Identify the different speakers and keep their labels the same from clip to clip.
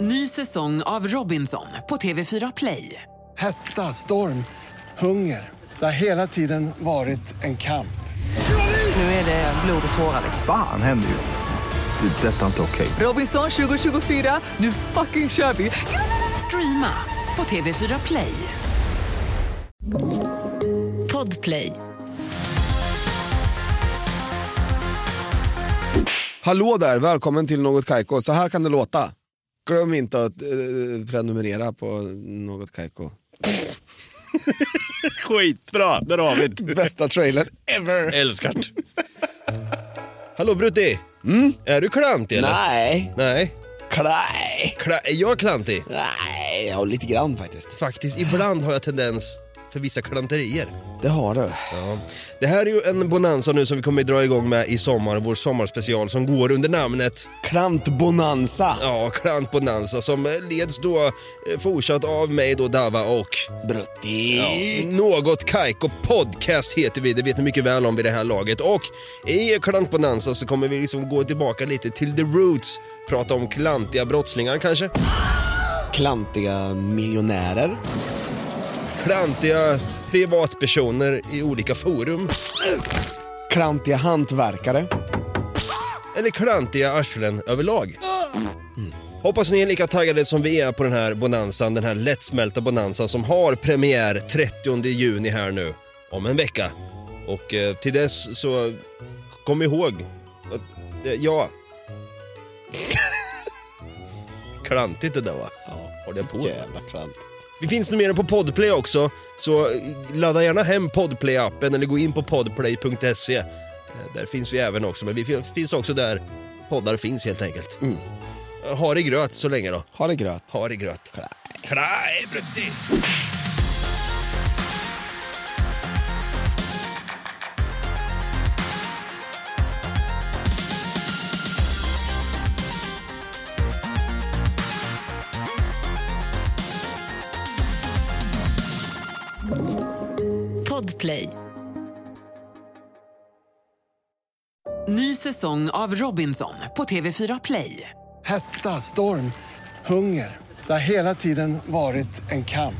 Speaker 1: Ny säsong av Robinson på TV4 Play.
Speaker 2: Hetta, storm, hunger. Det har hela tiden varit en kamp.
Speaker 1: Nu är det blod och tårar. liksom.
Speaker 3: Fan händer just nu. Det. är Detta är inte okej.
Speaker 1: Robinson 2024, nu fucking kör vi! Streama på TV4 Play.
Speaker 4: Podplay.
Speaker 5: Hallå där, välkommen till Något Kaiko. Så här kan det låta. Glöm inte att eh, prenumerera på Något Kaiko.
Speaker 6: Skitbra, där har vi det.
Speaker 5: Bästa trailern ever!
Speaker 6: Älskar det. Hallå Brutti, är du klantig eller?
Speaker 5: Mm? Nej,
Speaker 6: Nej.
Speaker 5: klaj.
Speaker 6: Kla- är jag klantig?
Speaker 5: Nej, ja, lite grann faktiskt.
Speaker 6: Faktiskt, ibland har jag tendens för vissa klanterier.
Speaker 5: Det har du.
Speaker 6: Det här är ju en bonanza nu som vi kommer dra igång med i sommar, vår sommarspecial som går under namnet
Speaker 5: Klantbonanza.
Speaker 6: ja, Klantbonanza som leds då eh, fortsatt av mig då Dava och
Speaker 5: Brutti.
Speaker 6: Ja, Något Kaiko Podcast heter vi, det vet ni mycket väl om vid det här laget. Och i Klant Bonanza så kommer vi liksom gå tillbaka lite till the roots, prata om klantiga brottslingar kanske.
Speaker 5: Klantiga miljonärer.
Speaker 6: Klantiga privatpersoner i olika forum.
Speaker 5: Klantiga hantverkare.
Speaker 6: Eller klantiga arslen överlag. Mm. Hoppas ni är lika taggade som vi är på den här bonanzan, den här lättsmälta bonanzan som har premiär 30 juni här nu, om en vecka. Och eh, till dess så kom ihåg att, eh, ja. Klantigt det där va? Har det på.
Speaker 5: Jävla klant.
Speaker 6: Vi finns numera på Podplay också, så ladda gärna hem Podplay-appen eller gå in på podplay.se. Eh, Där finns vi även också, men vi fi- finns också där poddar finns helt enkelt. Eh, Ha det gröt så länge då.
Speaker 5: Mm. Ha det gröt.
Speaker 6: Ha det gröt. Klaj. Klaj, Brutti!
Speaker 4: Podplay.
Speaker 1: Ny säsong av Robinson på TV4 Play.
Speaker 2: Hetta, storm, hunger. Det har hela tiden varit en kamp.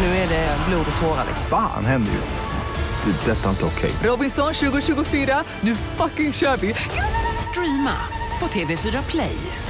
Speaker 1: Nu är det blod och tårar. liksom.
Speaker 3: Fan händer just nu. Det. är Detta är inte okej.
Speaker 1: Robinson 2024, nu fucking kör vi! Streama på TV4 Play.